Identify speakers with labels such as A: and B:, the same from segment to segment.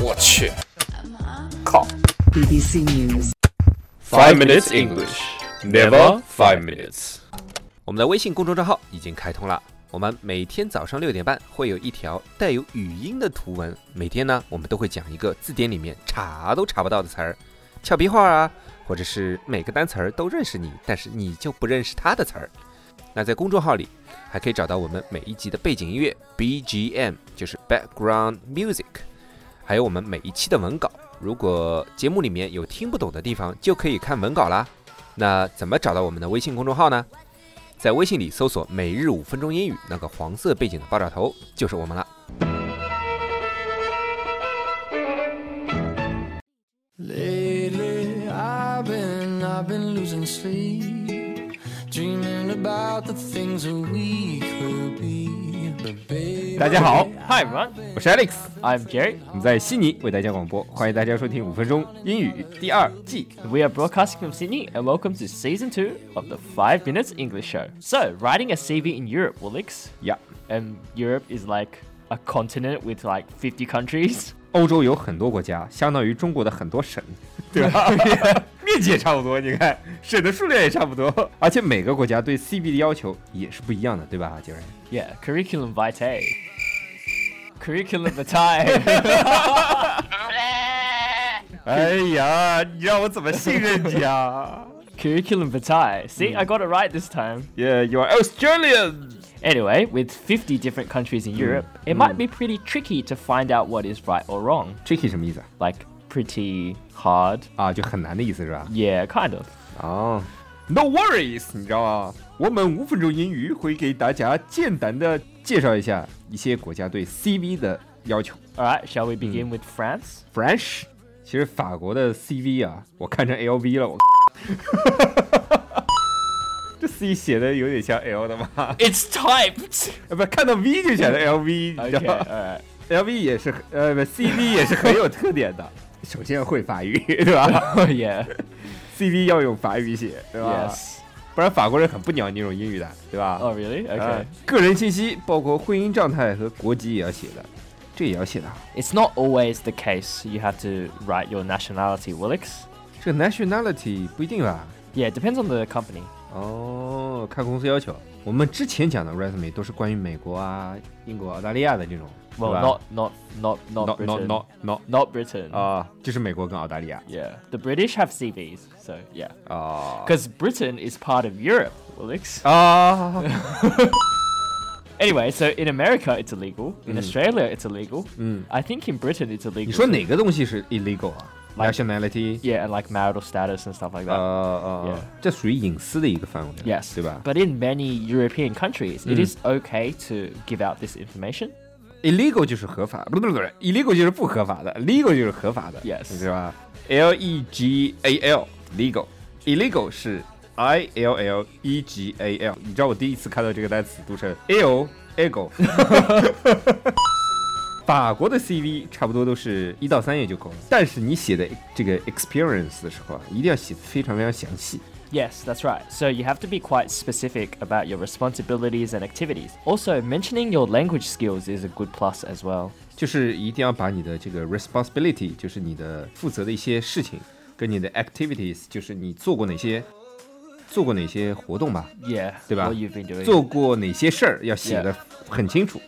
A: 我去，靠
B: BBC News.
C: Five minutes English, never five minutes。
D: 我们的微信公众账号已经开通了，我们每天早上六点半会有一条带有语音的图文，每天呢我们都会讲一个字典里面查都查不到的词儿，俏皮话啊，或者是每个单词儿都认识你，但是你就不认识它的词儿。那在公众号里还可以找到我们每一集的背景音乐 BGM，就是 background music。还有我们每一期的文稿。如果节目里面有听不懂的地方，就可以看文稿啦。那怎么找到我们的微信公众号呢？在微信里搜索“每日五分钟英语”，那个黄色背景的爆炸头就是我们了。
E: Lately, I've been, I've been losing sleep, dreaming about the things that we could be. But baby,
C: 大家好，
F: Hi everyone,
C: 我是 Alex，
F: I'm Jerry.
C: 我们在悉尼为大家广播，欢迎大家收听五分钟英语第二季。
F: We are broadcasting from Sydney and welcome to season two of the Five Minutes English Show. So, writing a CV in Europe, Willix,
C: Yeah，
F: and Europe is like a continent with like 50 countries.
C: 欧洲有很多国家，相当于中国的很多省，对吧？ 面积也差不多，你看省的数量也差不多，而且每个国家对 CV 的要求也是不一样的，对吧，杰瑞？
F: Yeah, curriculum vitae. curriculum vitae.
C: 哎呀，你让我怎么信任你 啊
F: curriculum vitae. See, I got it right this time.
C: ？Yeah，you are Australian。
F: Anyway, with 50 different countries in Europe, it might be pretty tricky to find out what is right or wrong.
C: Tricky 什么意思啊？
F: Like, pretty hard.
C: 啊，就很难的意思是吧？
F: Yeah, kind of.
C: 哦、n o worries，你知道吗？我们五分钟英语会给大家简单的介绍一下一些国家对 CV 的要求。
F: All right, shall we begin with France?
C: French，其实法国的 CV 啊，我看成 LV 了，我 这 C 写的有点像 L 的嘛，啊
F: It's typed.
C: 不，看到 V 就显得 LV，你
F: Okay,
C: 知道
F: all
C: 吗
F: right.
C: ？LV 也是很呃不，CV 也是很有特点的。 首先会法语， 对吧
F: Oh yeah.
C: ？CV 要用法语写，对
F: Uh,
C: 吧
F: Yes.
C: 不然法国人很不鸟你这种英语的，对吧？
F: Oh really? Okay.
C: 呃，个人信息包括婚姻状态和国籍也要写的，这也要写的啊。
F: It's not always the case. You have to write your nationality, Willix.
C: 这个 nationality 不一定吧？
F: Yeah, it depends on the company.
C: 哦，看公司要求。我们之前讲的 resume 都是关于美国啊、英国、澳大利亚的这种，
F: Well,
C: 对吧
F: not not not not Uh,
C: not not
F: Britain.
C: not not
F: Not Britain.
C: 啊，就是美国跟澳大利亚
F: yeah. The British have CVs, so yeah.
C: 啊
F: Because Britain is part of Europe, Willix.
C: 啊
F: Anyway, so in America it's illegal. In Australia it's illegal. I think in Britain Mm. it's illegal.
C: 你说
F: too.
C: 哪个东西是 illegal 啊？nationality
F: Yeah, and like marital status and stuff like
C: 啊
F: that.
C: 啊
F: Yeah，
C: 这属于隐私的一个范围，啊
F: Yes.
C: 对吧
F: But in many European countries, it is okay to give out this information.
C: ？illegal 就是合法，不对不对，illegal 就是不合法的，legal 就是合法的
F: Yes
C: 对吧？L E G A L legal illegal 是 I L L E G A L，你知道我第一次看到这个单词读成 L ego。法国的 CV 差不多都是一到三页就够了，但是你写的这个 experience 的时候啊，一定要写的非常非常详细。
F: Yes, that's right. So you have to be quite specific about your responsibilities and activities. Also, mentioning your language skills is a good plus as well.
C: 就是一定要把你的这个 responsibility，就是你的负责的一些事情，跟你的 activities，就是你做过哪些，做过哪些活动吧，
F: Yeah,
C: 对吧
F: what you've been doing.
C: 做过哪些事儿，要写
F: Yeah
C: 的很清楚，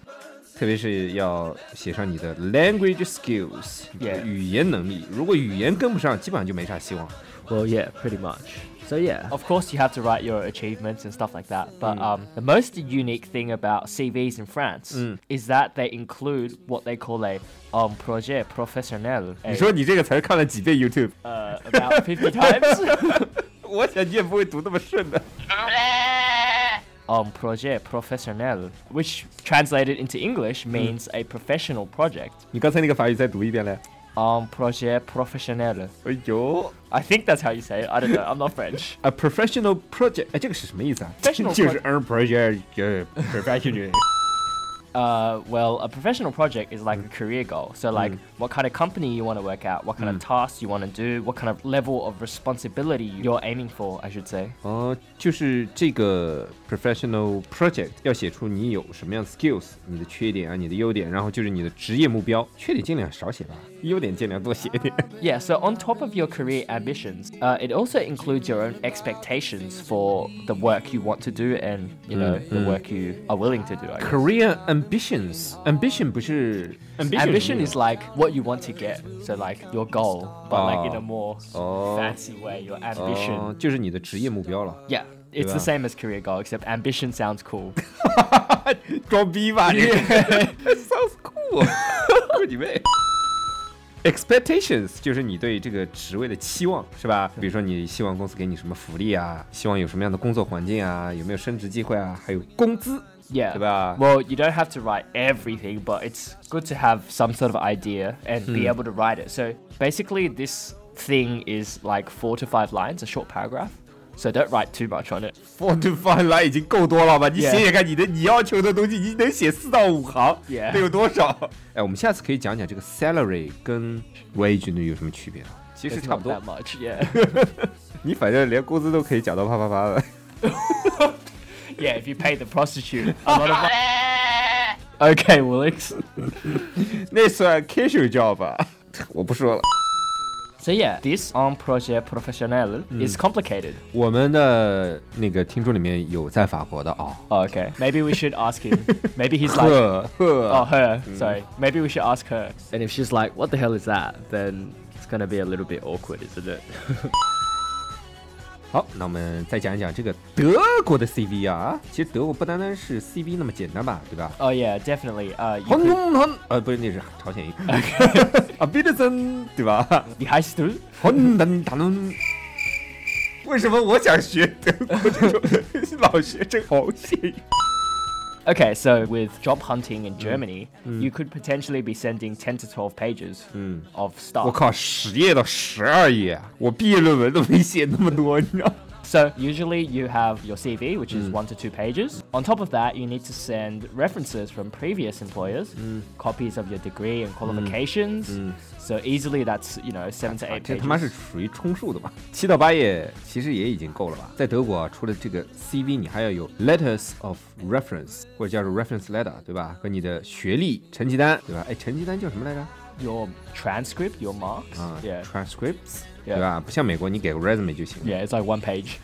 C: 特别是要写上你的 language skills，你的
F: Yeah
C: 语言能力。如果语言跟不上，基本上就没啥希望。
F: Well, yeah, pretty much. So yeah. Of course, you have to write your achievements and stuff like that. But um, the most unique thing about CVs in France is that they include what they call a um projet professionnel. a-
C: 你说你这个词儿看了几遍 YouTube？
F: uh, about 50 times.
C: 我想你也不会读那么顺的。
F: um, projet professionnel, which translated into English means a professional project.
C: 你刚才那个法语再读一遍嘞。
F: Um, projet professionnel.
C: 哎呦
F: I think that's how you say it. I don't know. I'm not French.
C: ，a professional project，哎，这个是什么意思啊
F: Professional
C: 就是 a project，就是 professional。
F: uh, well, a professional project is like a career goal. So, like, what kind of company you want to work at, what kind of tasks you want to do, what kind of level of responsibility you're aiming for, I should say.
C: 哦，就是这个 professional project 要写出你有什么样的 skills，你的缺点啊，你的优点，然后就是你的职业目标。缺点尽量少写吧，优点尽量多写一点。
F: Yeah, so on top of your career ambitions, uh, it also includes your own expectations for the work you want to do and, you know, the work you are willing to do. I guess.
C: Career ambitions，ambition 不是 ambition，
F: Ambition is like what you want to get, so like your goal, but like in a more
C: Oh.
F: fancy way, your
C: 哦
F: ambition.，
C: 就是你的职业目标了。
F: Yeah, it's
C: Yeah.
F: the same as career goal, except ambition sounds cool.
C: 装逼吧 你！Sounds cool，我你妹。Expectations 就是你对这个职位的期望，是吧？比如说你希望公司给你什么福利啊，希望有什么样的工作环境啊，有没有升职机会啊，还有工资，
F: Yeah.
C: 对吧？
F: Well, you don't have to write everything, but it's good to have some sort of idea and
C: Hmm.
F: be able to write it. So basically, this thing is like four to five lines, a short paragraph. So don't write too much on it.
C: Four to five line 已经够多了吧？你
F: Yeah
C: 写写看，你的你要求的东西，你能写四到五行
F: Yeah
C: 得有多少？ 哎，我们下次可以讲讲这个 salary 跟 wage 呢有什么区别啊？其实
F: It's
C: 差不
F: not
C: 多
F: that，much. Yeah.
C: 你反正连工资都可以讲到啪啪啪的。
F: yeah. If you pay the prostitute a lot of. mo- okay, Willix.
C: 那算 casual job 吧？ 我不说了。
F: So yeah, this on projet professionnel
G: Mm.
F: is complicated.
C: 我们的那个听众里面有在法国的啊、
F: Oh, okay. Maybe we should ask him. Maybe he's
C: 哦，
F: like.
C: 呵呵
F: Oh, her. Sorry. Maybe we should ask her.
G: Mm. And if she's like, what the hell is that? Then it's going to be a little bit awkward, isn't it?
C: 好，那我们再讲一讲这个德国的 CV 啊。其实德国不单单是 CV 那么简单吧，对吧？
F: Oh yeah, definitely. Uh, you
C: 轰
F: could-
C: 轰轰！呃，不是，那是朝 鲜音。啊，彼得森，对 吧？
F: 你还是读
C: 轰噔打咚。为什么我想学德国这种 老学这好戏？
F: Okay, so with job hunting
G: Mm.
F: in Germany, you could potentially be sending 10 to 12 pages
G: Mm.
F: of
C: 我
F: stuff.
C: 靠，十页到十二页，啊我毕业论文都没写那么多，你知道？
F: So usually you have your CV, which is one to two pages. On top of that, you need to send references from previous employers, copies of your degree and qualifications. So easily that's, you know, seven to
C: 啊
F: eight
C: 这他妈是
F: pages.
C: 属于充数的吧？七到八页其实也已经够了吧？在德国啊，除了这个 CV，你还要有 letters of reference 或者叫做 reference letter，对吧？和你的学历、成绩单，对吧？哎，成绩单叫什么来着？
F: Your transcript, your marks.
C: 啊
F: yeah.
C: ，transcripts，
F: Yeah
C: 对吧？不像美国，你给个 resume 就行了。
F: Yeah, it's like one page.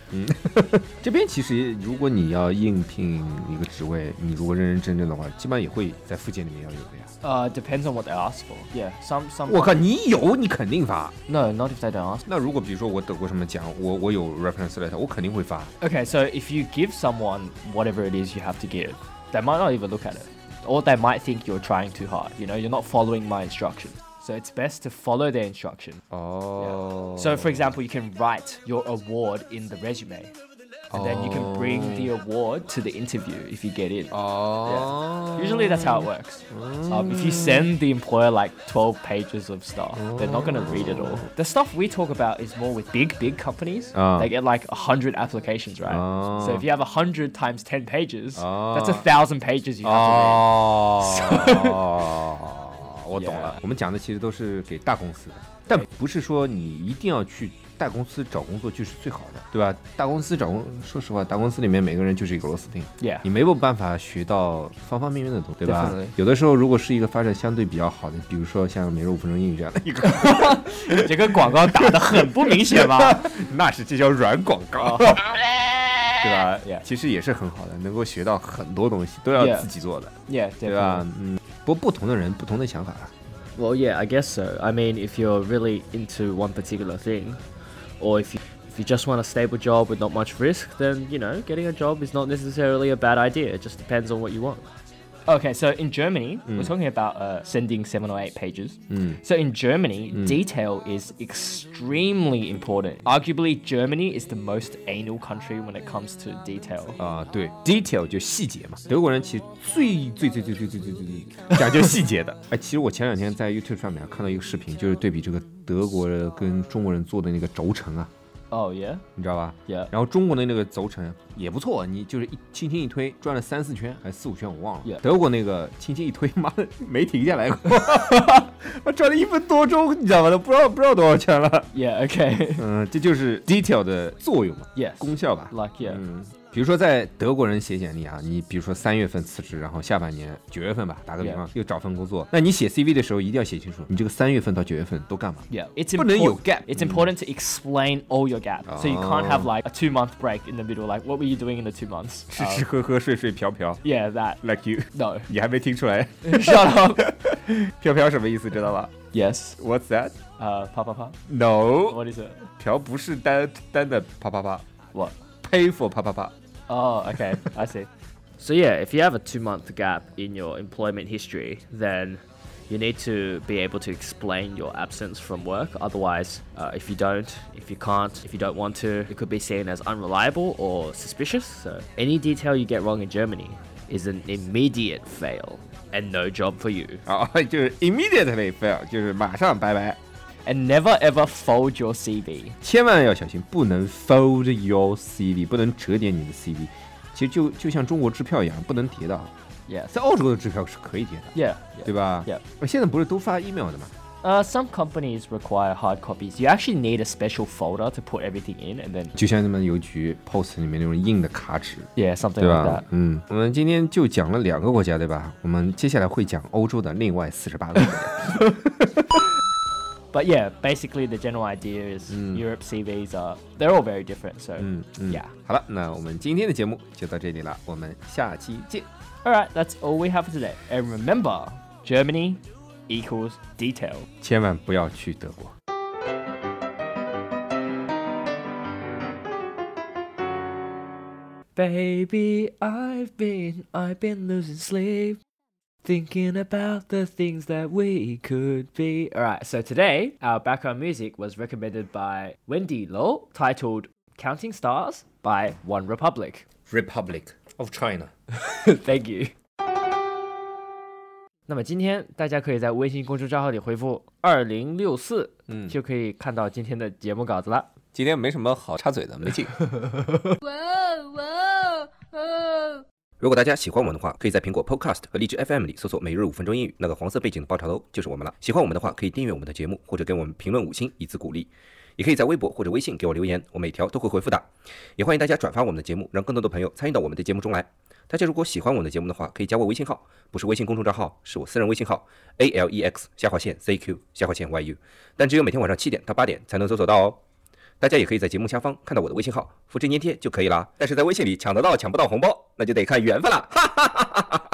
C: 这边其实如果你要应聘一个职位，你如果认认真真的话，基本上也会在附件里面要有的呀。
F: Uh, depends on what they ask for. Yeah, some some.
C: 我靠，你有你肯定发。
F: No, not if they don't ask.
C: 那如果比如说我得过什么奖，我我有 reference letter，我肯定会发。
F: Okay, so if you give someone whatever it is you have to give, they might not even look at it. Or they might think you're trying too hard. You know, you're not following my instructions. So it's best to follow their instruction.
C: 哦
F: So, for example, you can write your award in the resume. And then you can bring the
C: Oh.
F: award to the interview if you get in.
C: 哦
F: Usually that's how it works. Um, if you send the employer like 12 pages of stuff, they're not going to read it all. The stuff we talk about is more with big, big companies.
C: Ah.
F: They get like 100 applications, right? So
C: Ah.
F: if you have 100 times 10 pages, that's a
C: Ah.
F: thousand pages you have to read. 啊
C: 哦，我懂了
F: Yeah.。
C: 我们讲的其实都是给大公司的，但不是说你一定要去大公司找工作就是最好的，对吧？大公司找工，说实话，大公司里面每个人就是一个螺丝钉。
F: Yeah.
C: 你没有办法学到方方面面的东西，对吧
F: Definitely.？
C: 有的时候，如果是一个发展相对比较好的，比如说像每日五分钟英语这 样的一个，啊那是这叫软广告， 对吧
F: 哦 Yeah.
C: 其实也是很好的，能够学到很多东西，都要
F: Yeah.
C: 自己做的
F: yeah,
C: 对
F: definitely.
C: 吧？嗯，不过不同的人，不同的想法啊了。
G: Well, yeah, I guess so. I mean, if you're really into one particular thing, or if you, if you just want a stable job with not much risk, then, you know, getting a job is not necessarily a bad idea. It just depends on what you want. Mm.
F: Okay, so in Germany, we're talking about uh, sending seven or eight pages. So in Germany,
G: Mm.
F: detail is extremely important. Arguably, Germany is the most anal country when it comes to detail.
C: 啊、对，detail 就细节嘛。德国人其实最最最最最最最最最讲究细节的。 哎，其实我前两天在 YouTube 上面看到一个视频，就是对比这个德国人跟中国人做的那个轴承啊，
F: Oh yeah.
C: 你知道吧？
F: Yeah.
C: 然后中国的那个轴承也不错，你就是一轻轻一推，转了三四圈还是四五圈，我忘了。
F: Yeah.
C: 德国那个轻轻一推， 妈的没停下来过， 我转了一分多钟，你知道吗？都不知道不知道多少圈了。
F: Yeah. Okay.
C: 嗯，这就是 detail 的作用嘛，
F: yes.
G: Mm.
C: 功效吧。
F: Like yeah.
C: 嗯，比如说在德国人写简历啊，你比如说三月份辞职，然后下半年九月份吧，打个比方又找份工作，那你写 CV 的时候一定要写清楚，你这个三月份到九月份都干嘛？
F: Yeah. It's
C: 不能有
F: important.
C: gap，
F: It's important to explain all your gaps, so you can't have like a two month break in the middle. Like, what were you doing in the two months?
C: 吃
F: Um,
C: 吃喝喝睡睡嫖嫖
F: yeah, that.
C: ，like you，
F: No.
C: 你还没听出来
F: Shut up.
C: 飘飘什么意思知道吧
F: Yes.
C: ？What's that？
F: Uh, pa pa pa.
C: No，
F: What is it?
C: 嫖不是单单的啪啪啪
F: What?
C: ，pay for 啪啪啪。
F: Oh, okay. I see.
G: So yeah, if you have a two month gap in your employment history, then you need to be able to explain your absence from work. Otherwise, uh, if you don't, if you can't, if you don't want to, it could be seen as unreliable or suspicious. So any detail you get wrong in Germany is an immediate fail and no job for you.
C: 啊，就是 immediately fail，就是马上拜拜，
F: And never ever fold your CV.
C: 千万要小心，不能 fold your CV，不能折叠你的 CV。其实就就像中国支票一样，不能叠的。
F: Yes.
C: 在澳洲的支票是可以叠的，
F: Yeah. yeah.
C: 对吧
F: Yeah.？
C: 呃现在不是都发 email 的吗？
F: Uh, some companies require hard copies. You actually need a special folder to put everything in, and then
C: 就像他们邮局 post 里面那种硬的卡纸，
F: yeah, something
C: 对
F: like
C: 吧
F: that.？
C: 嗯，我们今天就讲了两个国家，对吧？我们接下来会讲欧洲的另外四十八个国家。
F: But yeah, basically the general idea is Europe CVs are they're all very different. So
C: 嗯嗯
F: yeah.
C: 好了，那我们今天的节目就到这里了，我们下期见。
F: All right, that's all we have for today. And remember, Germany equals detail.
C: 千万不要去德国。
F: Baby, I've been, I've been losing sleep, thinking about the things that we could be. All right, so today our background music was recommended by Wendy Lo, titled "Counting Stars" by One Republic.
D: Republic of China。
F: Thank you. 那么今天大家可以在微信公众账号里回复二零六四，
D: 嗯
F: 就可以看到今天的节目稿子了。
D: 今天没什么好插嘴的，没劲。
A: Whoa, whoa, oh.
D: 如果大家喜欢我们的话，可以在苹果 Podcast 和荔枝 FM 里搜索“每日五分钟英语”，那个黄色背景的爆炒头就是我们了。喜欢我们的话，可以订阅我们的节目，或者给我们评论五星以资鼓励。也可以在微博或者微信给我留言，我每条都会回复的。也欢迎大家转发我们的节目，让更多的朋友参与到我们的节目中来。大家如果喜欢我们的节目的话，可以加我微信号，不是微信公众账号，是我私人微信号 a l e x 下划线 z q 下划线 y u，但只有每天晚上七点到八点才能搜索到哦。大家也可以在节目下方看到我的微信号，复制粘贴就可以啦。但是在微信里抢得到抢不到红包，那就得看缘分啦。